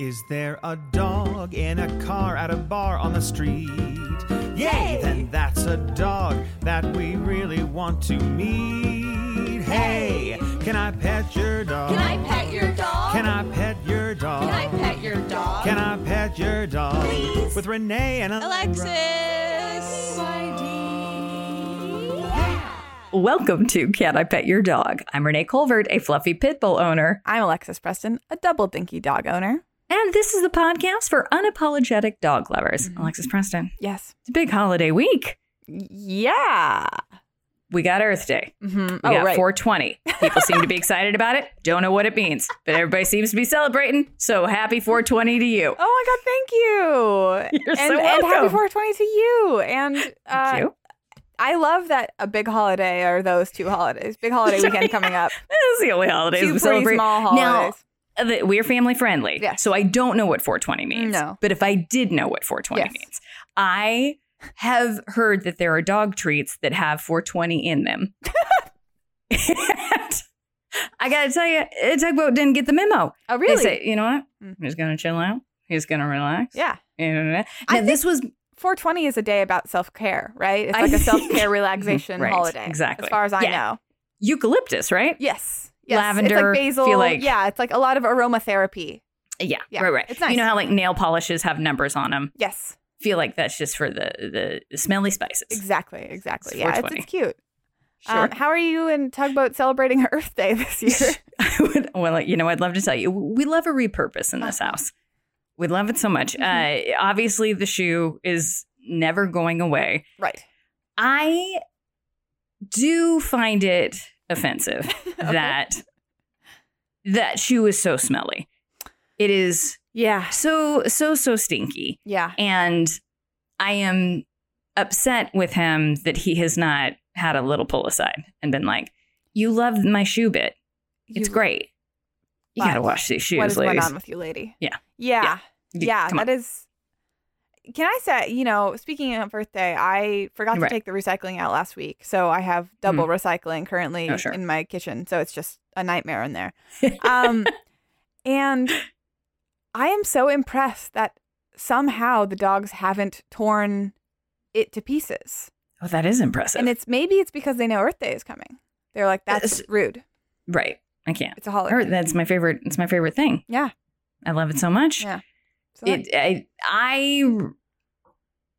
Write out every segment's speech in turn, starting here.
Is there a dog in a car at a bar on the street? Yay! Yay! Then that's a dog that we really want to meet. Hey, can I pet your dog? Can I pet your dog? Can I pet your dog? Can I pet your dog? Can I pet your dog? Please. With Renee and Alexis. Welcome to Can I Pet Your Dog? I'm Renee Colvert, a fluffy pit bull owner. I'm Alexis Preston, a double dinky dog owner. And this is the podcast for unapologetic dog lovers. Alexis Preston, Yes. it's a big holiday week. Yeah. We got Earth Day. Mm-hmm. We Oh, got right. 420. People seem to be excited about it. Don't know what it means, but everybody seems to be celebrating. So happy 420 to you. oh my God, thank you. You're and, so and happy welcome. 420 to you. And Thank uh, you. I love that a big holiday are those two holidays. Big holiday Sorry. weekend coming up. This is the only holidays two we pretty celebrate. small holidays. Now, that Uh, we're family friendly. Yes. So I don't know what 420 means. No. But if I did know what 420 Yes. means, I have heard that there are dog treats that have 420 in them. And I got to tell you, uh, Tugboat didn't get the memo. oh, really? They say, you know what? Mm. He's going to chill out. He's going to relax. yeah. Now, I think- this was 420 is a day about self care, right? It's I like a think- self care relaxation Right, holiday. exactly. As far as I Yeah. know. eucalyptus, right? Yes. Yes. It's Lavender, like basil. feel like- yeah. It's like a lot of aromatherapy. Yeah. Yeah, Right, right. it's nice. You know how like nail polishes have numbers on them? Yes. Feel like that's just for the, the smelly spices. Exactly. Exactly. It's yeah. It's, 420. it's cute. Um, how are you and Tugboat celebrating Earth Day this year? I would, well, you know, I'd love to tell you, we love a repurpose in this house. We love it so much. Uh, obviously, the shoe is never going away. right. I do find it offensive that that shoe is so smelly. It is Yeah. so so so stinky, Yeah. and I am upset with him that he has not had a little pull aside and been like, "You love my shoe bit." It's You- great. You But gotta wash these shoes, What is going ladies. on with you, lady? Yeah. Yeah. You- Yeah. come on. That is. Can I say, you know, speaking of Earth Day, I forgot to Right. Mm-hmm. take the recycling out last week. So I have double recycling currently Oh, sure. in my kitchen. So it's just a nightmare in there. Um, and I am so impressed that somehow the dogs haven't torn it to pieces. oh, that is impressive. And it's maybe it's because they know Earth Day is coming. They're like, that's It's- rude. right. I can't. It's a holiday. Or that's my favorite. It's my favorite thing. Yeah. I love it so much. Yeah. So It, I, I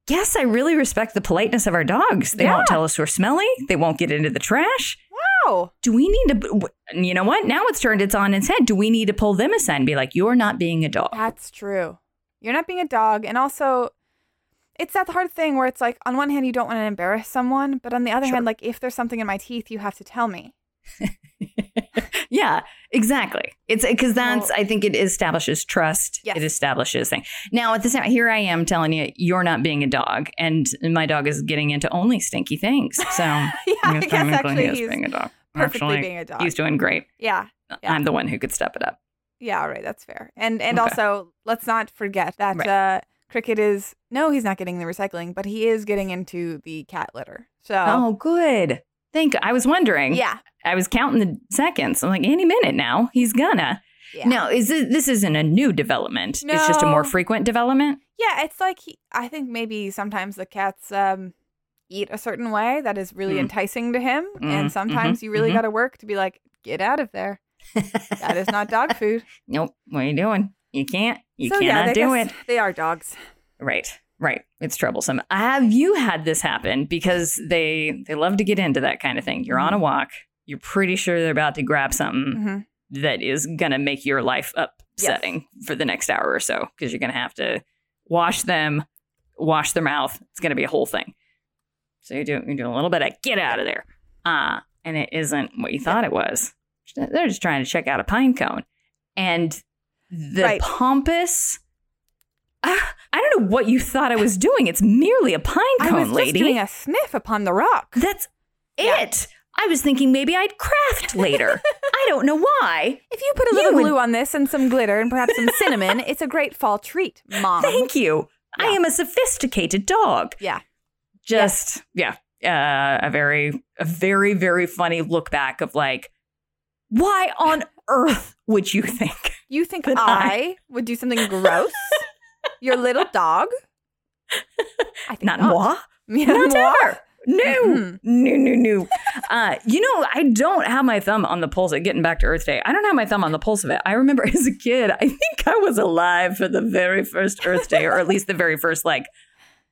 guess I really respect the politeness of our dogs. They Yeah. won't tell us we're smelly. They won't get into the trash. wow. Do we need to? You know what? Now it's turned its on its head. Do we need to pull them aside and be like, "You're not being a dog." That's true. You're not being a dog. And also, it's that hard thing where it's like, on one hand, you don't want to embarrass someone. But on the other Sure. hand, like, if there's something in my teeth, you have to tell me. yeah, exactly. It's because that's I think it establishes trust. Yes. It establishes thing. Now at the same here I am telling you you're not being a dog, and my dog is getting into only stinky things. So yeah, I technically guess actually he is he's being a dog. perfectly Actually, being a dog. he's doing great. yeah. Yeah. I'm the one who could step it up. Yeah. All right. That's fair. And, and Okay. also, let's not forget that Right. uh, Cricket is, no, he's not getting the recycling, but he is getting into the cat litter. So, Oh, good. Thank. I was wondering. yeah. I was counting the seconds. I'm like any minute now he's gonna. Yeah. Now is this, this isn't a new development? It's just a more No. frequent development. Yeah, it's like he, I think maybe sometimes the cats um, eat a certain way that is really Mm. enticing to him, Mm, and sometimes you really mhm. got to work to be like, get out of there. That is not dog food. Nope. What are you doing? You can't. You so yeah, cannot they do guess it. They are dogs. Right. Right. It's troublesome. Have you had this happen? Because they they love to get into that kind of thing. You're on a walk. You're pretty sure they're about to grab something hmm that is gonna make your life upsetting for the next hour or so because you're gonna have to wash them, wash their mouth. It's gonna be a whole thing. So you do you do a little bit of get out of there, uh, and it isn't what you thought it was. They're just trying to check out a pine cone, and the Right. pompous. Ah, I don't know what you thought I was doing. It's merely a pine I cone, was just lady. doing a sniff upon the rock. That's Yeah. it. I was thinking maybe I'd craft later. I don't know why. If you put a You little would- glue on this and some glitter and perhaps some cinnamon, it's a great fall treat, mom. Thank you. I am a sophisticated dog. Yeah. Just yeah, uh, a very a very very funny look back of like, why on earth would you think? you think Could I, would do something gross? Your little dog? I think Not not. moi? Yeah, Not moi. ever. No, Mm-mm. no, no, no. Uh, you know, I don't have my thumb on the pulse of getting back to Earth Day. I don't have my thumb on the pulse of it. I remember as a kid, I think I was alive for the very first Earth Day, or at least the very first, like,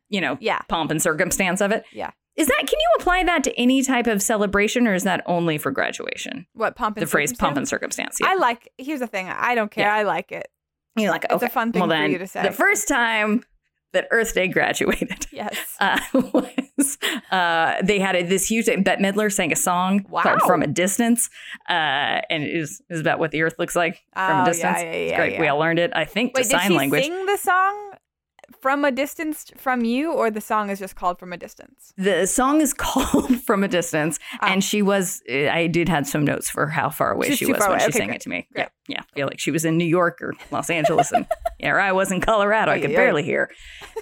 you know, Yeah. pomp and circumstance of it. Yeah. Is that, can you apply that to any type of celebration, or is that only for graduation? What pump and the phrase pomp and circumstance? circumstance. Yeah. I like here's the thing, I don't care. Yeah. I like it. You're like, It's a okay. fun thing well, for then, you to say. The first time that Earth Day graduated Yes. uh, was uh, they had a, this huge. Bette Midler sang a song Wow. called "From a Distance," uh, and it was, it was about what the Earth looks like from Oh, a distance. yeah, It's yeah, great. yeah. We all learned it, I think, Wait, to did sign she language. sing the song from a distance from you, or the song is just called from a distance? The song is called "From a Distance," Ah. and she was. I did had some notes for how far away She's she too was far when away. she Okay, sang great, it to me. great. Yeah, yeah. I feel like she was in New York or Los Angeles, and yeah, I was in Colorado. I Oy, could oy, oy. barely hear.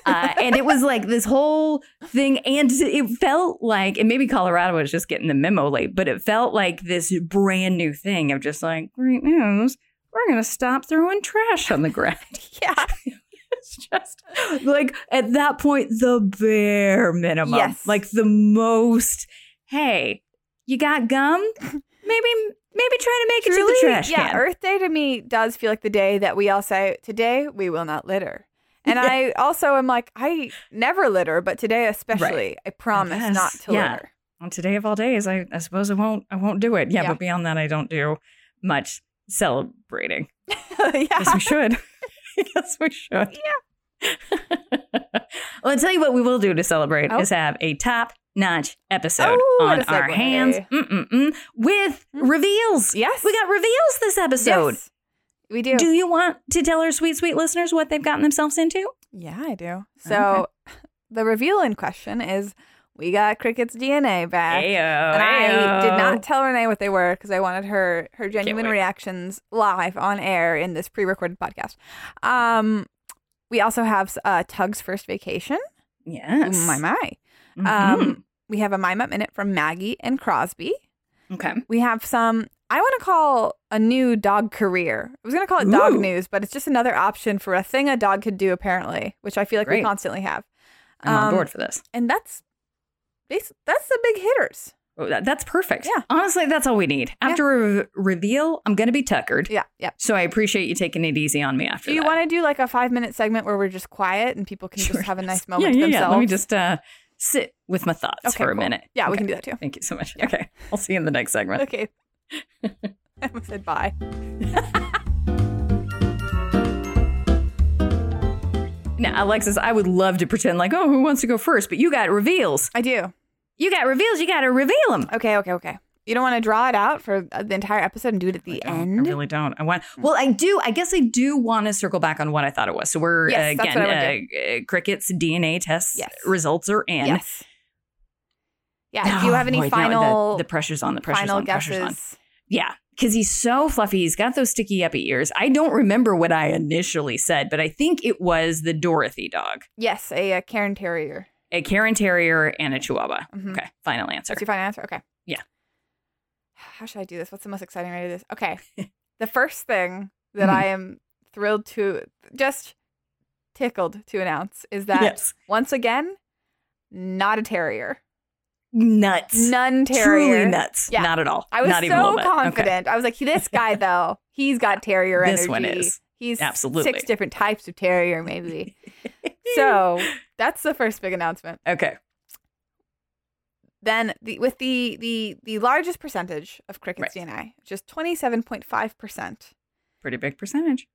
Uh, and it was like this whole thing, and it felt like, and maybe Colorado was just getting the memo late, but it felt like this brand new thing of just like great news. We're gonna stop throwing trash on the ground. Yeah. It's just like at that point, the bare minimum. Yes. Like the most, hey, you got gum? Maybe maybe try to make it to the trash yeah, can. Earth Day to me does feel like the day that we all say, Today we will not litter. And I also am like, I never litter, but today especially, I promise Yes, not to yeah. litter. On today of all days, I, I suppose I won't I won't do it. Yeah, Yeah. but beyond that I don't do much celebrating. Yes, yeah. we should. yes, we should. Yeah. well, I'll tell you what we will do to celebrate Oh. is have a top notch episode Oh, what on a our segue. Mm-hmm. hands Mm-mm-mm, with reveals. Yes. We got reveals this episode. Yes, we do. Do you want to tell our sweet, sweet listeners what they've gotten themselves into? Yeah, I do. So the reveal in question is we got Cricket's DNA back. And I did not tell Renee what they were because I wanted her her genuine wait. reactions live on air in this pre-recorded podcast. Um, we also have uh, Tug's first vacation. Yes. Mm-hmm. Ooh, my my. Um, we have a mime up minute from Maggie and Crosby. Mhm. okay. We have some. I want to call a new dog career. I was going to call it dog Ooh. news, but it's just another option for a thing a dog could do apparently, which I feel like we Great. constantly have. I'm on Um, board for this. And that's bas- that's the big hitters. Oh, that- that's perfect. yeah. Honestly, that's all we need. Yeah. After a re- reveal, I'm going to be tuckered. Yeah, yeah. So I appreciate you taking it easy on me after Do you that. want to do like a five minute segment where we're just quiet and people can Sure. just have a nice Yeah, moment yeah, to yeah. themselves? Let me just uh, sit with my thoughts Okay, for a cool. minute. Yeah, we Okay. can do that too. Thank you so much. Okay. I'll see you in the next segment. Okay. I almost said bye. Now, Alexis, I would love to pretend like, oh, who wants to go first? But you got reveals. I do. You got reveals. You got to reveal them. Okay, okay, okay. You don't want to draw it out for uh, the entire episode and do it at the don't. end? Hmm. I really don't. I want. Well, I do. I guess I do want to circle back on what I thought it was. So we're Yes, uh, that's again what I uh, wanna uh, crickets DNA tests Yes. results are in. yes. Yeah. do you Oh, have any boy, no, the- final the, pressure's on. The pressure's final on. guesses? Pressure's on. Yeah, because he's so fluffy. He's got those sticky uppy ears. I don't remember what I initially said, but I think it was the Dorothy dog, Yes, a, uh Karen Terrier. a Karen Terrier, and a Chihuahua. Mhm. Okay, final answer. That's your final answer? Okay. Yeah. How should I do this? What's the most exciting way to do this? Okay. the first thing that Hmm. I am thrilled to, just tickled to announce is that Yes. once again, not a terrier. Nuts. None terrier. Truly nuts. Yeah. Not at all. I was Not so even a little bit. Okay. confident. I was like, this guy though, he's got terrier This energy. one is. He's Absolutely. six different types of terrier, maybe. so that's the first big announcement. Okay. Then the, with the the the largest percentage of crickets DNA, which is twenty seven point five percent, Pretty big percentage.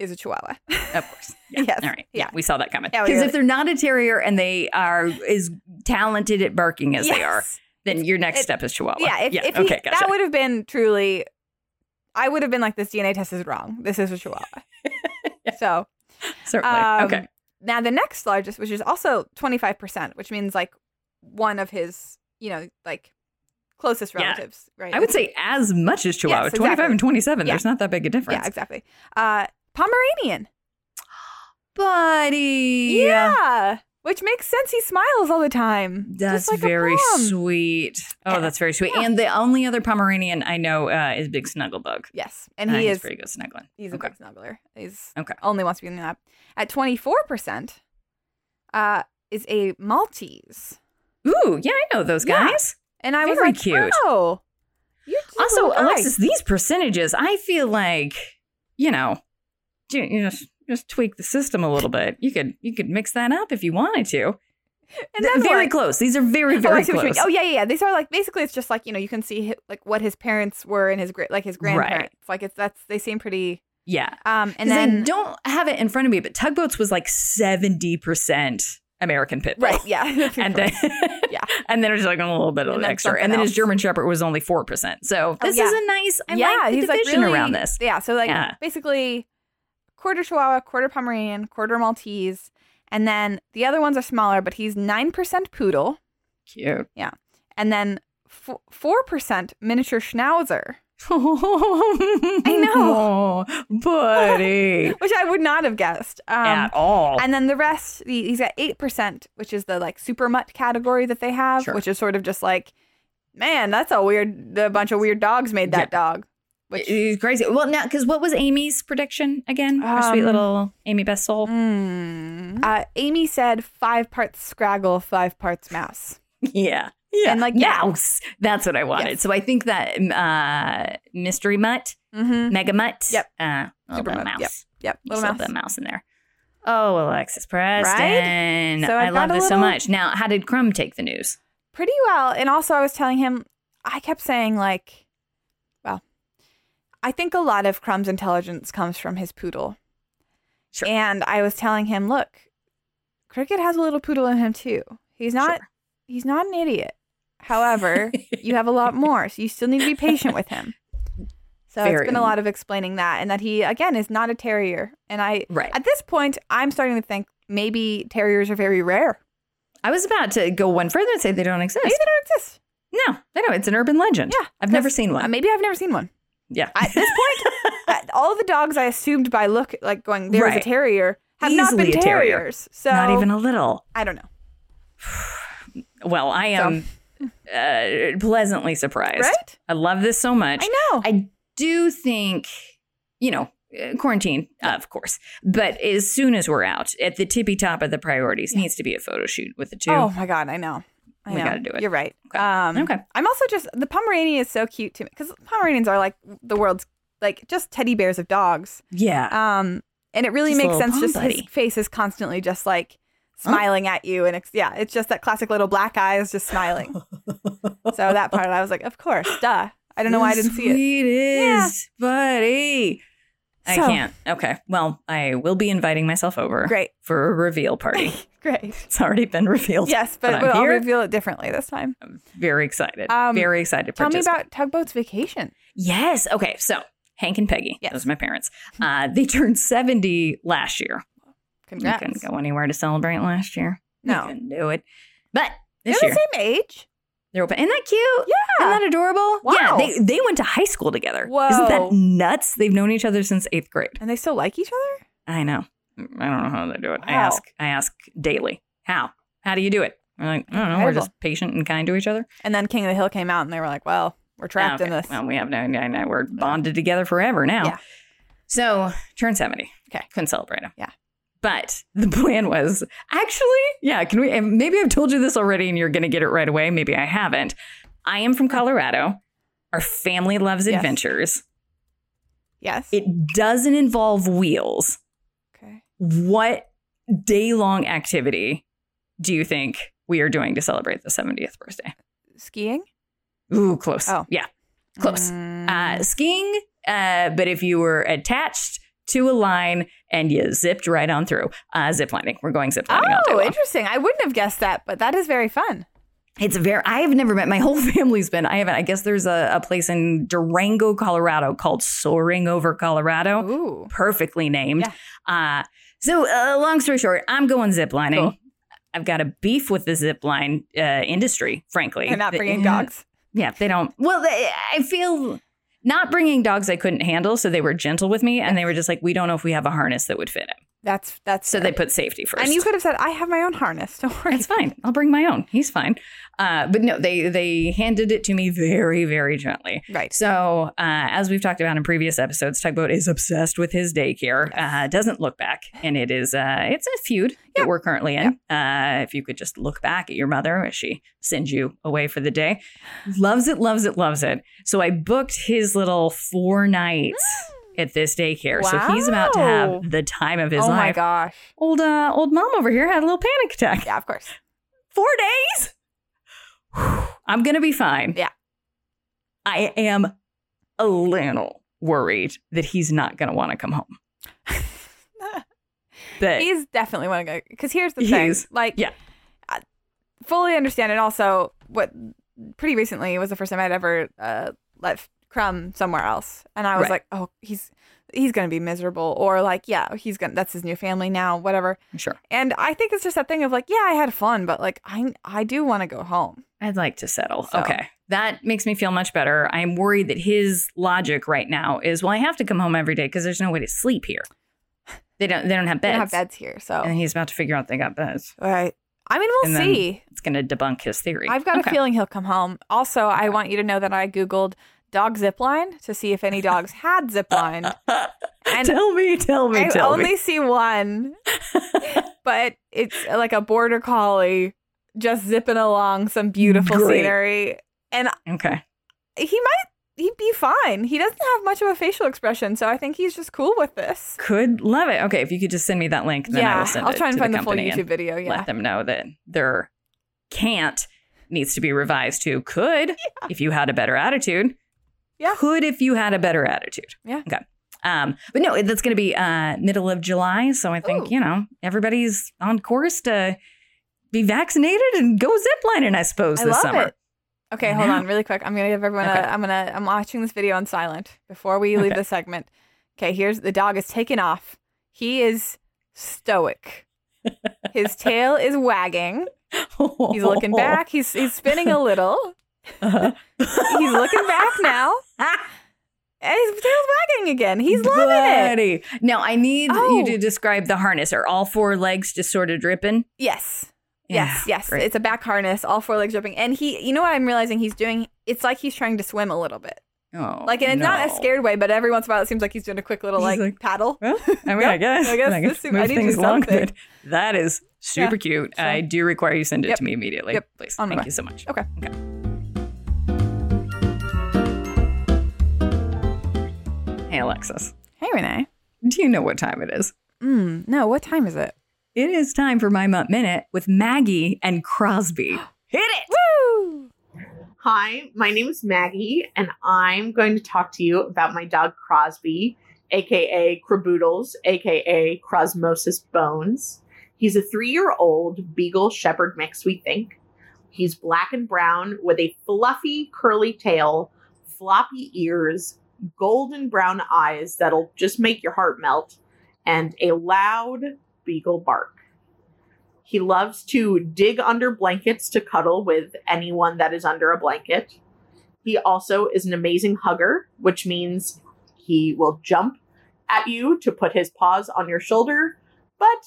is a Chihuahua. Of course. Yes. All right. Yeah. Yeah. We saw that coming. Yeah, Because we really- if they're not a terrier and they are as talented at barking as they are, Yes. then your next It- step is Chihuahua. Yeah, if, if he, okay. gotcha. that would have been truly, I would have been like, this DNA test is wrong. This is a Chihuahua. So Certainly. um, okay. now the next largest, which is also 25%, which means like one of his, you know, like closest Yeah. relatives, right? I would say as much as Chihuahua. Yes, 25 exactly. and 27. Yeah. There's not that big a difference. Yeah, exactly. Uh, Pomeranian. Buddy. Yeah. Which makes sense. He smiles all the time. just That's like a very pom. sweet. Oh, that's very sweet. And the only other Pomeranian I know uh, is Big Snugglebug. Yes, and Uh, he he's is pretty good at snuggling. He's okay. a big snuggler. He's Okay. only wants to be in the lab. At twenty four percent, uh, is a Maltese, Ooh, yeah, I know those Yeah. guys. and I Very was like, cute. oh, you cute Also, little guy. Alexis, these percentages, I feel like, you know, ju- you just just tweak the system a little bit. You could you could mix that up if you wanted to. and Th- then very what? close. These are very Oh, very I see what you mean. close. Oh yeah, yeah, yeah. These are like basically it's just like you know you can see hi- like what his parents were and his gra- like his Right. grandparents. Like it's that's they seem pretty. yeah. Um, and 'Cause then I don't have it in front of me, but tugboats was like seventy percent American pit bull. right, yeah, and then Yeah. and then it was like a little bit of And an then extra, something and then his else. Oh, German Shepherd was only four percent. So this yeah. is a nice, I yeah, like the he's like division really, around this. Yeah, so like Yeah. basically quarter Chihuahua, quarter Pomeranian, quarter Maltese, and then the other ones are smaller, but he's nine percent poodle, Cute. and then four percent miniature Schnauzer, I know. buddy, which I would not have guessed. Um, at all. And then the rest, the, he's got eight percent, which is the like super mutt category that they have, Sure. which is sort of just like, man, that's a weird. The bunch of weird dogs made that Yeah. dog. Which Which is crazy. Well, now because what was Amy's prediction again? Our sweet Um, little Amy Best Soul. Mm. Uh, Amy said five parts Scraggle, five parts mouse. Yeah. Yeah. And, like, yeah. mouse. That's what I wanted. Yes. So I think that uh, mystery mutt, Mm-hmm. mega mutt, Yep. uh, little Super bit of mutt, mouse. yep. Yep. Little Little mouse. mouse. Little mouse in there. Oh, Alexis Preston. So I I've love got a this so little- much. Now, how did Crumb take the news? Pretty well. And also, I was telling him, I kept saying, like, well, I think a lot of Crumb's intelligence comes from his poodle. Sure. And I was telling him, look, Cricket has a little poodle in him too. He's not Sure. he's not an idiot. However, you have a lot more, so you still need to be patient with him. So Very. it's been a lot of explaining that and that he again is not a terrier. And I Right. at this point I'm starting to think maybe terriers are very rare. I was about to go one further and say they don't exist. Maybe they don't exist. No, they don't. It's an urban legend. Yeah, I've never that's- seen one. Uh, maybe I've never seen one. yeah. At this point, uh, all of the dogs I assumed by look like going there's a Right. terrier have not Easily been a terrier. terriers. So Not even a little. I don't know. Well, I am uh, pleasantly surprised. Right? I love this so much. I know. I do think, you know, uh, quarantine, of course, but as soon as we're out, at the tippy top of the priorities needs to be a photo shoot with the two. Oh my god, I know. I We know. gotta do it. You're right. Okay. Um, Okay. I'm also just the Pomeranian is so cute to me because Pomeranians are like the world's like just teddy bears of dogs. Yeah. Um, and it really Just makes little sense. pom Just buddy. his face is constantly just like smiling at you, and it's, yeah, it's just that classic little black eyes just smiling. so that part, I was like, of course, duh. I don't know why I didn't see it. Sweetest, buddy. I So- can't. Okay. Well, I will be inviting myself over Great, for a reveal party. great. it's already been revealed. Yes, But but, I'm we'll I'll here. reveal it differently this time. Very excited. Um, Very excited. to Tell me participate. about Tugboat's vacation. Yes. Okay. So Hank and Peggy, Yes. those are my parents. Uh, they turned 70 last year. You Congrats. couldn't go anywhere to celebrate last year. No. You couldn't do it. But They're this year, the same age. they're open. Isn't that cute? Yeah. Isn't that adorable? Yeah. Wow. They, they went to high school together. Isn't Whoa. that nuts? They've known each other since eighth grade. And they still like each other? I know. I don't know how they do it. I Wow. ask. I ask daily. How? How do you do it? I'm like, I don't know. We're Incredible. just patient and kind to each other. And then King of the Hill came out and they were like, well, we're trapped in Ah, Oh, Okay. this. Well, we have no, no, no, we're bonded together forever now. Yeah. So turn 70. Okay. Couldn't celebrate him. Yeah. But the plan was actually, yeah, can we? and Maybe I've told you this already and you're going to get it right away. Maybe I haven't. I am from Colorado. Our family loves Yes. adventures. yes. It doesn't involve wheels. okay. What day long activity do you think we are doing to celebrate the 70th birthday? Skiing? Ooh, close. Oh. Yeah, close. Mm, uh, skiing. Uh, but if you were attached to a line and you zipped right on through, uh, zip lining. We're going zip lining all day oh, long. interesting. I wouldn't have guessed that, but that is very fun. It's very. I have never met. My whole family's been. I haven't. I guess there's a, a place in Durango, Colorado called Soaring Over Colorado. Ooh. Perfectly named. Uh, so, uh, long story short, I'm going zip lining. Cool. I've got a beef with the zip line uh, industry, frankly. They're not The- bringing dogs. Yeah, they don't. Well, they, I feel not bringing dogs I couldn't handle, so they were gentle with me, and they were just like, "We don't know if we have a harness that would fit him." That's that's So they put safety first. And you could have said, I have my own harness. Don't worry. It's fine. I'll bring my own. He's fine. Uh, but no, they they handed it to me very very gently. Right. So uh, as we've talked about in previous episodes, Tugboat is obsessed with his daycare. Uh, doesn't look back, and it is uh, it's a feud Yeah. that we're currently in. Uh, if you could just look back at your mother as she sends you away for the day, loves it, loves it, loves it. So I booked his little four nights. At this daycare, so he's about to Mm. Wow. have the time of his oh my life. gosh. Old uh, old mom over here had a little panic attack Yeah, of course. four days Whew. i'm gonna be fine Yeah. i am a little worried that he's not gonna want to come home but He's definitely one to go. Because here's the He's- thing. Like, yeah. I fully understand. And also, what pretty recently was the first time I'd ever uh, let Crumb somewhere else. And I was Right. like, oh, he's he's going to be miserable. Or like, yeah, he's going to, that's his new family now, whatever. sure And I think it's just that thing of like, yeah, I had fun, but like, I, I do want to go home. i'd like to settle So. okay that makes me feel much better i'm worried that his logic right now is well i have to come home every day because there's no way to sleep here they don't they don't have I beds don't have beds here. So, and he's about to figure out they got beds all right. I mean, we'll And then- see. it's gonna debunk his theory I've got Okay. a feeling he'll come home. Also, I want you to know that I Googled dog zipline to see if any dogs had zipline. And tell me tell me I tell me only see one, but it's uh, like a border collie just zipping along some beautiful Great. scenery. And okay he might he'd be fine. He doesn't have much of a facial expression, so I think he's just cool with this. Could love it. Okay, if you could just send me that link, then I yeah, will send I'll it try and to find the the, full company YouTube and video. Yeah. let them know that their can't needs to be revised to could if you had a better attitude. Yeah. Could if you had a better attitude. Yeah. Okay. Um, but no, that's going to be uh, middle of July, so I think Ooh. you know everybody's on course to be vaccinated and go ziplining. I suppose I this love summer. it. Okay, I hold know. on, really quick. I'm gonna give everyone. Okay. A, I'm gonna. I'm watching this video on silent before we leave Okay. this segment. Okay, here's the dog is taking off. He is stoic. His tail is wagging. He's Oh. looking back. He's he's spinning a little. Uh-huh. He's looking back now, and his tail's wagging again. He's loving it. Buddy. Now I need Oh. you to describe the harness. Are all four legs just sort of dripping? Yes. Yeah, Yes, yes. great. It's a back harness, all four legs dripping. And he, you know what I'm realizing he's doing? It's like he's trying to swim a little bit. Oh, Like, and it's not a no. scared way, but every once in a while it seems like he's doing a quick little, He's like, like, paddle. Well, I mean, Yep, I guess. I guess I this seems- I need to do something. good. That is super cute. so- I do require you send it Yep, to me immediately. yep, Please. on my Thank way. you so much. Okay. Okay. Hey, Alexis. Hey, Renee. Do you know what time it is? Mm, no, what time is it? It is time for My Mutt Minute with Maggie and Crosby. Hit it! Woo! Hi, my name is Maggie, and I'm going to talk to you about my dog Crosby, aka Craboodles, aka Crosmosis Bones. He's a three year old Beagle Shepherd mix, we think. He's black and brown with a fluffy, curly tail, floppy ears, golden brown eyes that'll just make your heart melt, and a loud Beagle bark. He loves to dig under blankets to cuddle with anyone that is under a blanket. He also is an amazing hugger, which means he will jump at you to put his paws on your shoulder, but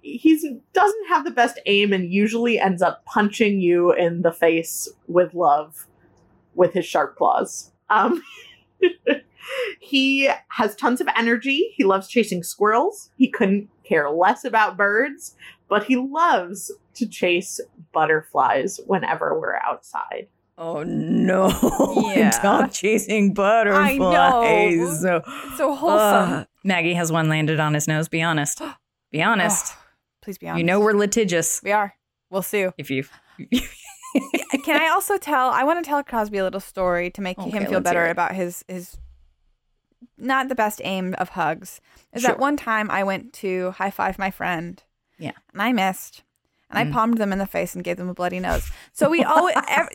he doesn't have the best aim and usually ends up punching you in the face with love with his sharp claws. Um, he has tons of energy. He loves chasing squirrels. He couldn't care less about birds but he loves to chase butterflies whenever we're outside. Oh no! Yeah. Stop chasing butterflies. know. It's so wholesome. Ugh. Maggie has one landed on his nose. Be honest. Be honest. Oh, please be honest. You know we're litigious. we are. We'll sue. If you, Can I also tell? I want to tell Crosby a little story to make Okay, him feel let's better hear it. about his his not the best aim of hugs. Is Sure. that one time I went to high five my friend? Yeah. and I missed, and Mm. I palmed them in the face and gave them a bloody nose. So we always ev-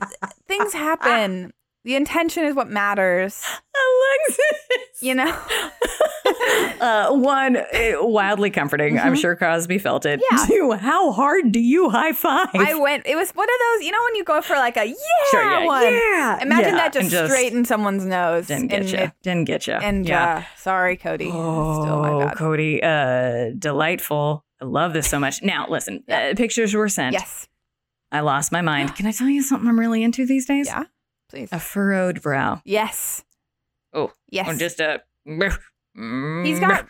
things happen. The intention is what matters, Alexis. you know? uh, one, eh, wildly comforting. I'm Mhm. sure Crosby felt it. Yeah. Two, how hard do you high five? I went, it was one of those, you know, when you go for like a yeah, Sure, yeah, one. yeah, Imagine yeah, that just, and just straight in someone's nose. Didn't get and you. it- Didn't get you. and yeah. uh, sorry, Cody. oh, Still my bad. Cody, uh, delightful. I love this so much. Now, listen, Yeah. uh, pictures were sent. Yes. I lost my mind. Can I tell you something I'm really into these days? Yeah. Please. A furrowed brow. yes. Oh, Yes. Or just a. He's got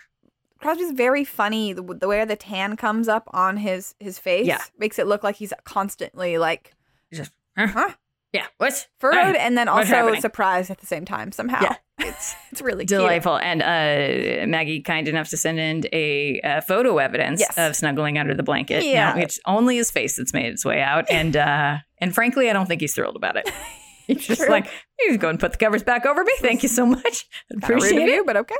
Crosby's very funny. The, the way the tan comes up on his his face Yeah. makes it look like he's constantly like Yeah. What? furrowed and then what's also happening? surprised at the same time somehow. Yeah. It's it's really cute. Delightful. And uh, Maggie, kind enough to send in a uh, photo evidence Yes. of snuggling under the blanket. Yeah. Now, it's only his face that's made its way out. And uh, and frankly, I don't think he's thrilled about it. He's just True. like, you just go and put the covers back over me. Thank you so much. Kinda rude of Appreciate it. you, but okay.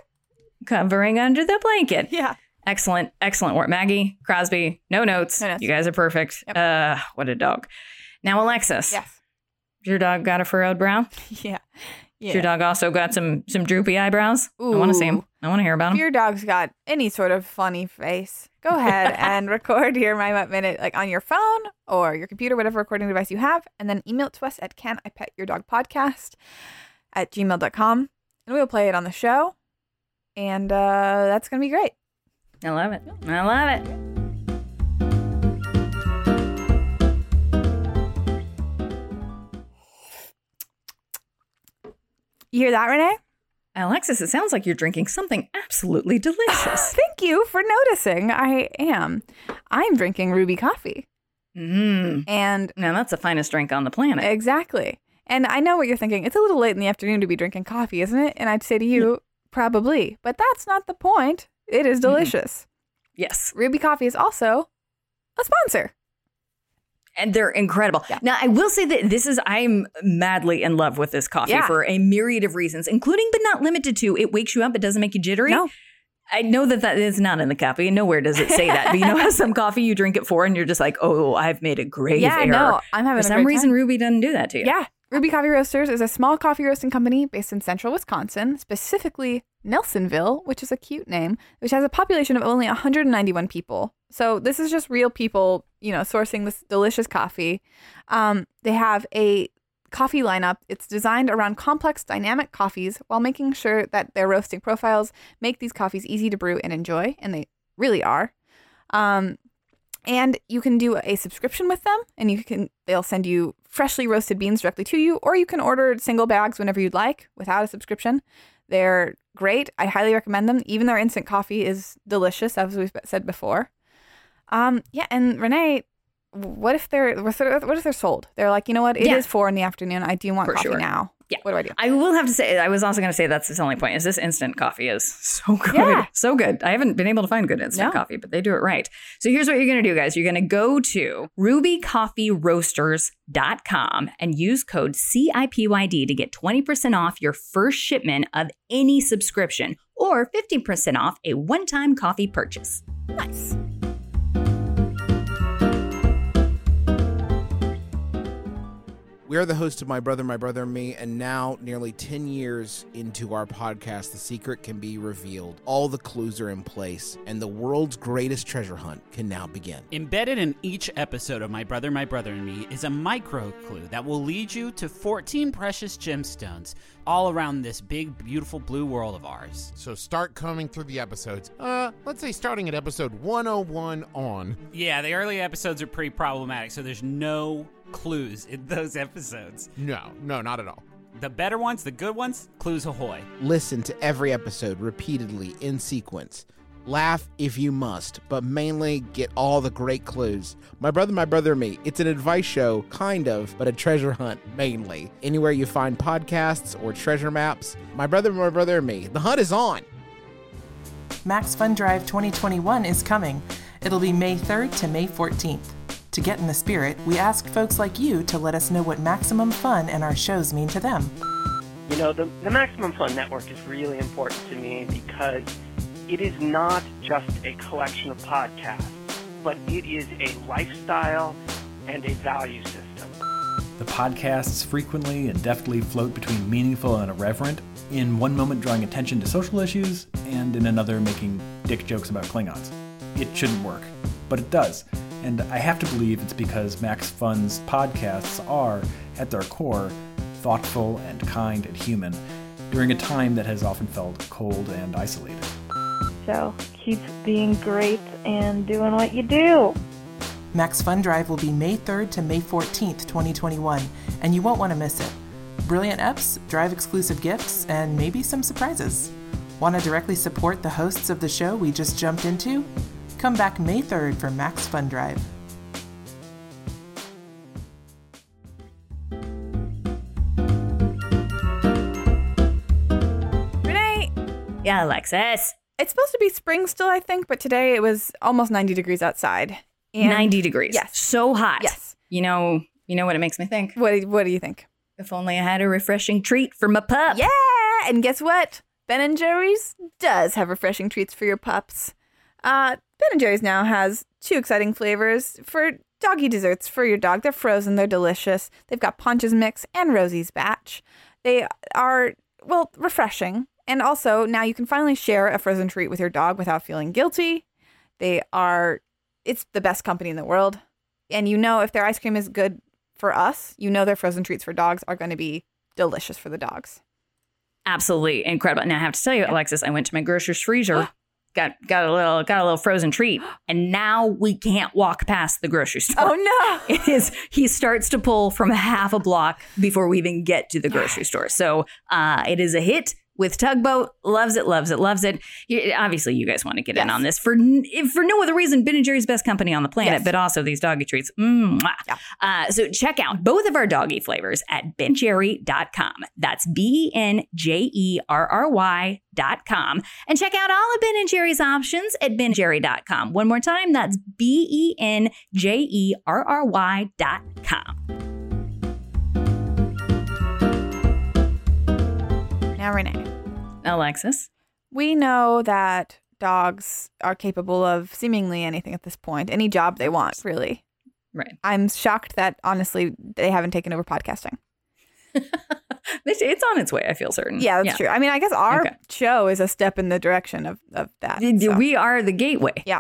Covering under the blanket. Yeah. Excellent, excellent work. Maggie, Crosby, no notes. No notes. You guys are perfect. Yep. Uh, what a dog. Now, Alexis, Yes. your dog got a furrowed brow. Yeah. Your dog also got some some droopy eyebrows. I want to see him. Ooh. I want to hear about If him. your dog's got any sort of funny face, go ahead and record your My Mutt Minute like on your phone or your computer, whatever recording device you have, and then email it to us at can I pet your dog podcast at gmail.com and we will play it on the show. And uh, that's going to be great. I love it. I love it. You hear that, Renee? Alexis, it sounds like you're drinking something absolutely delicious. Thank you for noticing. I am. I'm drinking ruby coffee. Mmm. And Now that's the finest drink on the planet. Eh. exactly. And I know what you're thinking. It's a little late in the afternoon to be drinking coffee, isn't it? And I'd say to you, probably. But that's not the point. It is delicious. yes. Ruby Coffee is also a sponsor. And they're incredible. Yeah. Now I will say that this is I'm madly in love with this coffee Yeah. for a myriad of reasons, including but not limited to it wakes you up, it doesn't make you jittery. No. I know that that is not in the copy, and nowhere does it say that. But you know how some coffee you drink it for, and you're just like, "Oh, I've made a grave Yeah, error." no, I'm having For a some great reason, time. Ruby doesn't do that to you. Yeah. Ruby Coffee Roasters is a small coffee roasting company based in central Wisconsin, specifically Nelsonville, which is a cute name, which has a population of only 191 people. So this is just real people, you know, sourcing this delicious coffee. Um, they have a coffee lineup. It's designed around complex, dynamic coffees while making sure that their roasting profiles make these coffees easy to brew and enjoy, and they really are. Um, and you can do a subscription with them, and you can they'll send you freshly roasted beans directly to you, or you can order single bags whenever you'd like without a subscription. They're great. I highly recommend them. Even their instant coffee is delicious, as we've said before. Um, yeah, and Renee, what if they're what if what if they're sold? They're like, you know what? It is Yeah. four in the afternoon. I do want For coffee sure. now. Yeah. What do I do? I will have to say, I was also going to say that's the selling point. Is this instant coffee is so good, Yeah. so good. I haven't been able to find good instant No. coffee, but they do it right. So here's what you're going to do, guys. You're going to go to rubycoffeeroasters.com and use code CIPYD to get 20% off your first shipment of any subscription or 15% off a one-time coffee purchase. Nice. We are the host of My Brother, My Brother and Me, and now, nearly 10 years into our podcast, the secret can be revealed. All the clues are in place, and the world's greatest treasure hunt can now begin. Embedded in each episode of My Brother, My Brother and Me is a micro clue that will lead you to 14 precious gemstones all around this big, beautiful blue world of ours. So start combing through the episodes. Uh, let's say starting at episode 101 on. Yeah, the early episodes are pretty problematic, so there's no clues in those episodes. No, no, not at all. The better ones, the good ones, clues ahoy. Listen to every episode repeatedly in sequence. Laugh if you must, but mainly get all the great clues. My Brother, My Brother and Me, it's an advice show, kind of, but a treasure hunt mainly. Anywhere you find podcasts or treasure maps, My Brother, My Brother and Me, the hunt is on. Max Fun Drive 2021 is coming. It'll be May 3rd to May 14th. To get in the spirit, we asked folks like you to let us know what maximum fun and our shows mean to them. You know, the, the Maximum Fun Network is really important to me because it is not just a collection of podcasts, but it is a lifestyle and a value system. The podcasts frequently and deftly float between meaningful and irreverent, in one moment drawing attention to social issues, and in another making dick jokes about Klingons. It shouldn't work, but it does. And I have to believe it's because Max Fun's podcasts are, at their core, thoughtful and kind and human during a time that has often felt cold and isolated. So keep being great and doing what you do. Max Fun Drive will be May 3rd to May 14th, 2021, and you won't want to miss it. Brilliant EPs, drive exclusive gifts, and maybe some surprises. Want to directly support the hosts of the show we just jumped into? Come back May 3rd for Max Fun Drive. Renee, Yeah, Alexis. it's supposed to be spring still, I think, but today it was almost 90 degrees outside. And 90 degrees. Yes. So hot. Yes. You know, you know what it makes me think? What, do- what do you think? If only I had a refreshing treat for my pup. Yeah, and guess what? Ben and Jerry's does have refreshing treats for your pups. Uh, ben and Jerry's now has two exciting flavors for doggy desserts for your dog. They're frozen, they're delicious. They've got Ponch's Mix and Rosie's Batch. They are well refreshing, and also now you can finally share a frozen treat with your dog without feeling guilty. They are it's the best company in the world, and you know if their ice cream is good for us, you know their frozen treats for dogs are going to be delicious for the dogs. Absolutely incredible. Now I have to tell you, Alexis, I went to my grocer's Oh. freezer, got got a little got a little frozen treat, and now we can't walk past the grocery store. Oh no! It is he starts to pull from half a block before we even get to the grocery store. So uh, it is a hit with tugboat. Loves it, loves it, loves it. You- obviously, you guys want to get in Yes. on this for n- if for no other reason. Ben and Jerry's best company on the planet, Yes. but also these doggy treats. Mm, mwah. Yeah. Uh, so check out both of our doggy flavors at benjerry.com. That's b e n j e r r y dot com. And check out all of Ben and Jerry's options at benjerry.com. One more time, that's b e n j e r r y dot com. Now, Renee, Alexis. we know that dogs are capable of seemingly anything at this point, any job they want, really. Right. I'm shocked that honestly they haven't taken over podcasting. It's it's on its way, I feel certain. Yeah, that's true. I mean, I guess our Mm, Okay. show is a step in the direction of, of that. D- d- so. We are the gateway. yeah,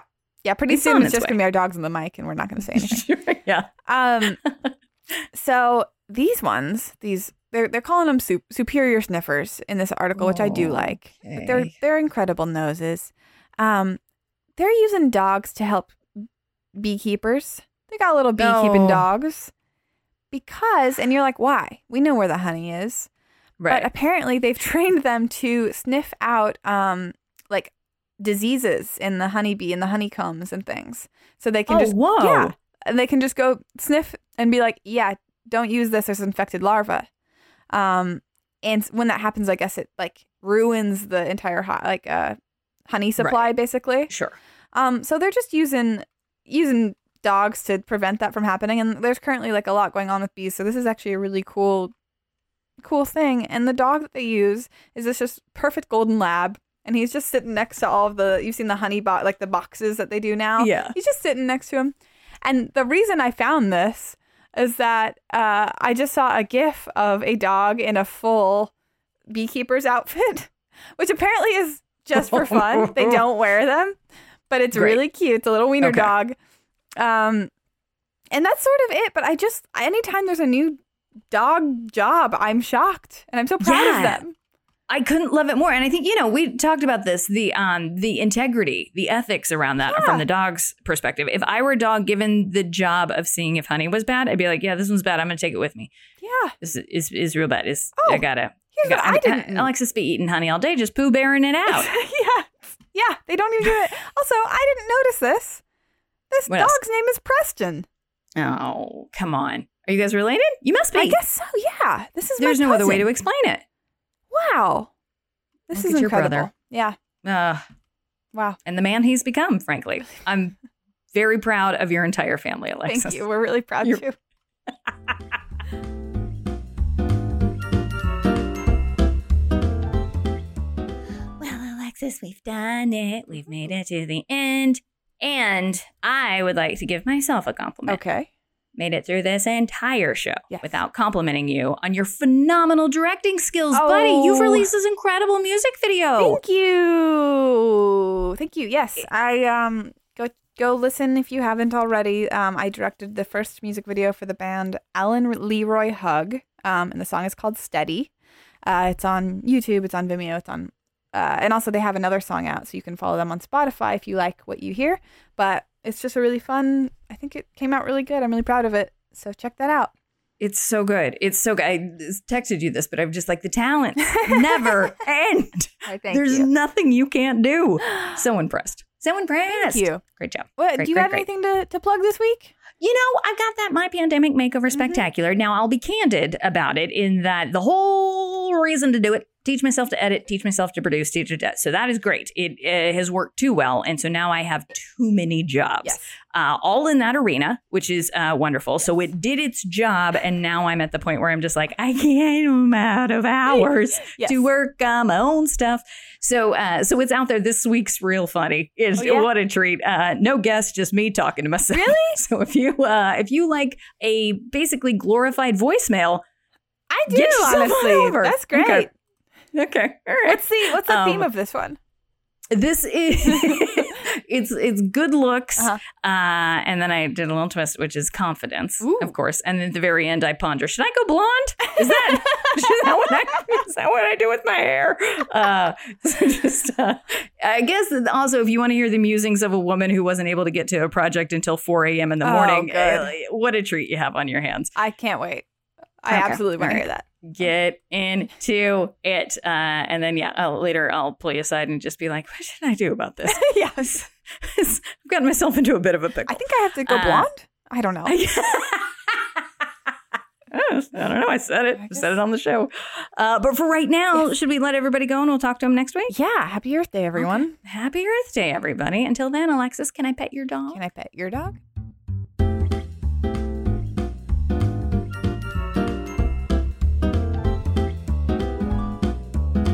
pretty it's soon on it's its just way. going to be our dogs on the mic and we're not going to say anything. yeah. Um, so these ones, these they're they're calling them sup- superior sniffers in this article, which I do like. But they're Okay. they're incredible noses. Um, they're using dogs to help beekeepers. They got little beekeeping No. dogs because, and you're like, why? We know where the honey is, Right. but apparently they've trained them to sniff out um like diseases in the honeybee and the honeycombs and things, so they can oh, just whoa. yeah. And they can just go sniff and be like, yeah, don't use this. There's infected larva. Um, and when that happens, I guess it like ruins the entire ho- like uh, honey supply basically. Sure. Um, so they're just using using dogs to prevent that from happening. And there's currently like a lot going on with bees, so this is actually a really cool, cool thing. And the dog that they use is this just perfect golden lab, and he's just sitting next to all of the you've seen the honey bot like the boxes that they do now. Yeah. he's just sitting next to him. And the reason I found this is that uh, I just saw a GIF of a dog in a full beekeeper's outfit, which apparently is just for fun. they don't wear them, but it's Great. really cute. It's a little wiener Okay. dog. Um, and that's sort of it. But I just, anytime there's a new dog job, I'm shocked and I'm so proud Yeah. of them. I couldn't love it more. And I think, you know, we talked about this, the um the integrity, the ethics around that Yeah. from the dog's perspective. If I were a dog given the job of seeing if honey was bad, I'd be like, Yeah, this one's bad. I'm gonna take it with me. Yeah. This is is, is real bad. Is Oh, I gotta Here's I, what I gotta- I- didn't. Alexis be eating honey all day, just poo bearing it out. yeah. Yeah. They don't even do it. Also, I didn't notice this. This What else? dog's name is Preston. oh, come on. Are you guys related? You must be. I guess so. Yeah. This is my There's no other way to cousin. explain it. Wow. This Look is at your incredible. brother. Yeah. Uh, Wow. and the man he's become, frankly. I'm very proud of your entire family, Alexis. Thank you. We're really proud You're- too. Well, Alexis, we've done it. We've made it to the end. And I would like to give myself a compliment. Okay. made it through this entire show Yes. without complimenting you on your phenomenal directing skills, buddy. You've Oh. released this incredible music video. Thank you. Thank you. Yes, I um go go listen if you haven't already. Um, I directed the first music video for the band Alan Leroy Hug, um, and the song is called Steady. Uh, it's on YouTube. It's on Vimeo. It's on, uh, and also they have another song out, so you can follow them on Spotify if you like what you hear. But it's just a really fun. I think it came out really good. I'm really proud of it. So check that out. It's so good. It's so good. I texted you this, but I'm just like the talent never end. I thank There's you. nothing you can't do. So impressed. So impressed. you. Great job. What Great, do you great, have great. anything to, to plug this week? You know, I've got that My Pandemic Makeover Spectacular. Now, I'll be candid about it in that the whole reason to do it, teach myself to edit, teach myself to produce, teach it. to- So that is great. It uh, has worked too well. And so now I have too many jobs, Yes. uh, all in that arena, which is uh, wonderful. So it did its job. And now I'm at the point where I'm just like, I can't, I'm out of hours Yes. to work on my own stuff. So, uh, so it's out there. This week's real funny. Is Oh, yeah? what a treat. Uh, no guest, just me talking to myself. Really? so if you uh, if you like a basically glorified voicemail, I do Get someone honestly. over. That's Okay. great. okay, all right. What's the what's the Um, theme of this one? This is it's it's good looks, uh Uh-huh. and then I did a little twist, which is confidence, Ooh. of course. And at the very end, I ponder: should I go blonde? Is that is that what I is that what I do with my hair? Uh, so just uh, I guess that also if you want to hear the musings of a woman who wasn't able to get to a project until four a.m. in the Oh, morning, good. uh, what a treat you have on your hands. I can't wait. I Okay. absolutely want to Okay. hear that. get into it. Uh, and then, yeah, I'll, later I'll pull you aside and just be like, what should I do about this? yes. I've gotten myself into a bit of a pickle. I think I have to go Uh, blonde. I don't know. I don't know. I said it. I I guess- said it on the show. Uh, but for right now, should we let everybody go and we'll talk to them next week? yeah. Happy Earth Day, everyone. Happy Earth Day, everybody. Until then, Alexis, can I pet your dog? Can I pet your dog? MaximumFun.org.